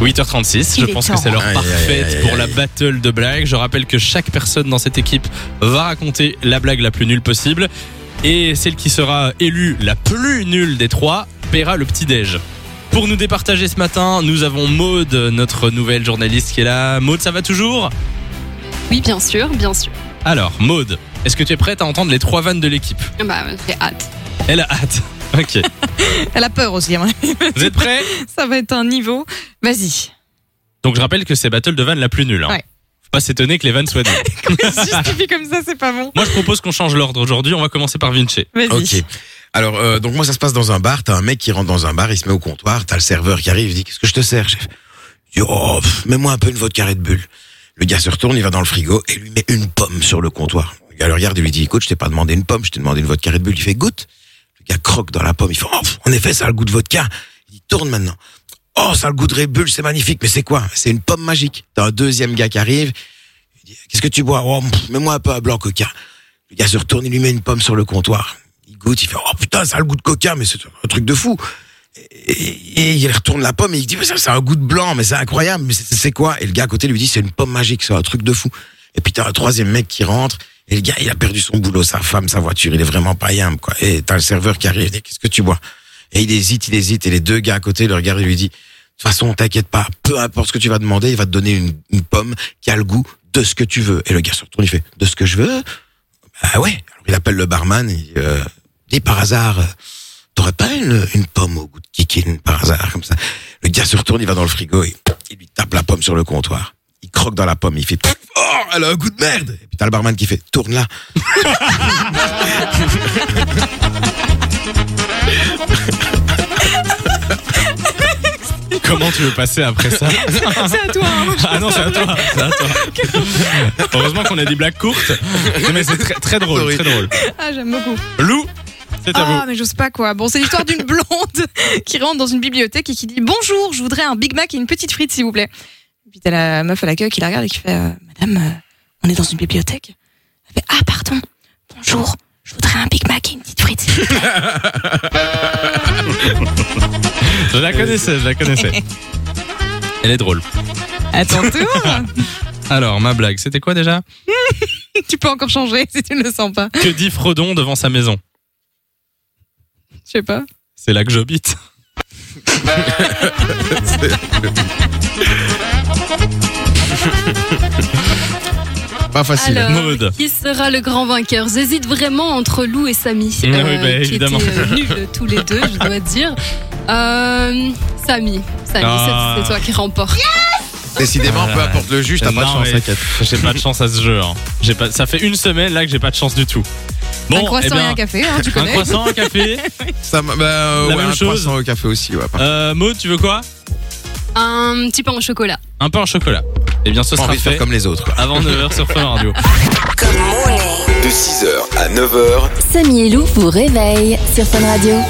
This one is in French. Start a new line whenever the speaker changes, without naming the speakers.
8h36,
Il
je
est
pense que
temps.
c'est l'heure
Aïe, aïe,
parfaite
aïe, aïe,
pour la
aïe.
battle de blagues. Je rappelle que chaque personne dans cette équipe va raconter la blague la plus nulle possible. Et celle qui sera élue la plus nulle des trois paiera le petit-déj. Pour nous départager ce matin, nous avons Maude, notre nouvelle journaliste qui est là. Maude, ça va toujours
Oui, bien sûr, bien sûr.
Alors, Maude, est-ce que tu es prête à entendre les trois vannes de l'équipe
Ah Bah, j'ai hâte.
Elle a hâte. Ok.
Elle a peur aussi, hein.
Vous êtes prêts
ça va être un niveau. Vas-y.
Donc je rappelle que c'est battle de vannes la plus nulle. Hein.
Ouais.
Faut pas s'étonner que les vannes soient nulles.
Justifie comme ça, c'est pas bon.
Moi, je propose qu'on change l'ordre aujourd'hui. On va commencer par Vinci.
Vas-y.
Ok. Alors, euh, donc moi, ça se passe dans un bar. T'as un mec qui rentre dans un bar, il se met au comptoir. T'as le serveur qui arrive, il dit Qu'est-ce que je te sers, chef Il dit Oh, pff, mets-moi un peu une vodka Red Bull. Le gars se retourne, il va dans le frigo et lui met une pomme sur le comptoir. Le gars le regarde et lui dit Écoute, je t'ai pas demandé une pomme, je t'ai demandé une vodka Red Bull. Il fait Goûte. Le gars croque dans la pomme. Il fait Oh, pff, en effet, ça a le goût de vodka. Il dit Tourne maintenant. Oh, ça a le goût de Red Bull, c'est magnifique. Mais c'est quoi C'est une pomme magique. T'as un deuxième gars qui arrive. Il dit Qu'est-ce que tu bois Oh, pff, mets-moi un peu un blanc coca. Le gars se retourne, il lui met une pomme sur le comptoir. Il goûte, il fait Oh putain, ça a le goût de coca, mais c'est un truc de fou. Et, et il retourne la pomme et il dit Mais ça, ça a un goût de blanc, mais c'est incroyable, mais c'est c'est quoi Et le gars à côté lui dit C'est une pomme magique, c'est un truc de fou. Et puis t'as un troisième mec qui rentre, et le gars, il a perdu son boulot, sa femme, sa voiture, il est vraiment pas yam, quoi. Et t'as le serveur qui arrive, il dit Qu'est-ce que tu bois Et il hésite, il hésite, et les deux gars à côté le regardent et lui dit De toute façon, t'inquiète pas, peu importe ce que tu vas demander, il va te donner une, une pomme qui a le goût de ce que tu veux. Et le gars se retourne, il fait De ce que je veux ah ouais Alors, Il appelle le barman, il dit, euh, Dis, par hasard, euh, t'aurais pas une, une pomme au goût de kikine, par hasard, comme ça Le gars se retourne, il va dans le frigo et il lui tape la pomme sur le comptoir. Il croque dans la pomme, il fait Pff, Oh, elle a un goût de merde Et puis t'as le barman qui fait Tourne-la
Comment tu veux passer après ça
C'est à toi. hein.
Ah non, c'est à toi. c'est à toi. Heureusement qu'on a des blagues courtes. Non, mais c'est très, très drôle, très drôle.
Ah, j'aime beaucoup.
Lou, c'est à
Ah,
vous.
mais j'ose pas quoi. Bon, c'est l'histoire d'une blonde qui rentre dans une bibliothèque et qui dit Bonjour, je voudrais un Big Mac et une petite frite, s'il vous plaît. Et puis t'as la meuf à l'accueil qui la regarde et qui fait euh, Madame, euh, on est dans une bibliothèque Elle fait Ah, pardon, bonjour, je voudrais un Big Mac et une petite frite. s'il vous plaît.
Je la connaissais, je la connaissais. Elle est drôle.
À ton tour.
Alors, ma blague, c'était quoi déjà
tu peux encore changer si tu ne le sens pas.
Que dit Frodon devant sa maison
Je sais pas.
C'est là que j'habite.
Pas facile.
Alors,
Maude.
qui sera le grand vainqueur J'hésite vraiment entre Lou et Samy.
Ah oui, bah,
qui
évidemment.
étaient, euh, nuls tous les deux, je dois dire. Euh, Samy, Samy,
Ah.
c'est- c'est toi qui remporte.
Décidément, peu importe le juge, t'as pas de
Non,
chance,
mais
t'inquiète.
J'ai pas de chance à ce jeu. hein. J'ai pas... Ça fait une semaine là que j'ai pas de chance du tout.
un croissant
eh ben,
et un café, hein, tu
un
connais.
croissant, un café.
Ça, m'a- bah, euh,
La
ouais,
même
un
chose.
croissant au café aussi, ouais. Pas
Euh, Maud, tu veux quoi
Un petit pain au chocolat.
Un pain au chocolat. Eh bien, ce
pas
sera
envie de faire
fait
comme les autres, quoi.
avant 9h sur Fun Radio.
De 6h à 9h,
Samy et Lou vous réveille sur Fun Radio.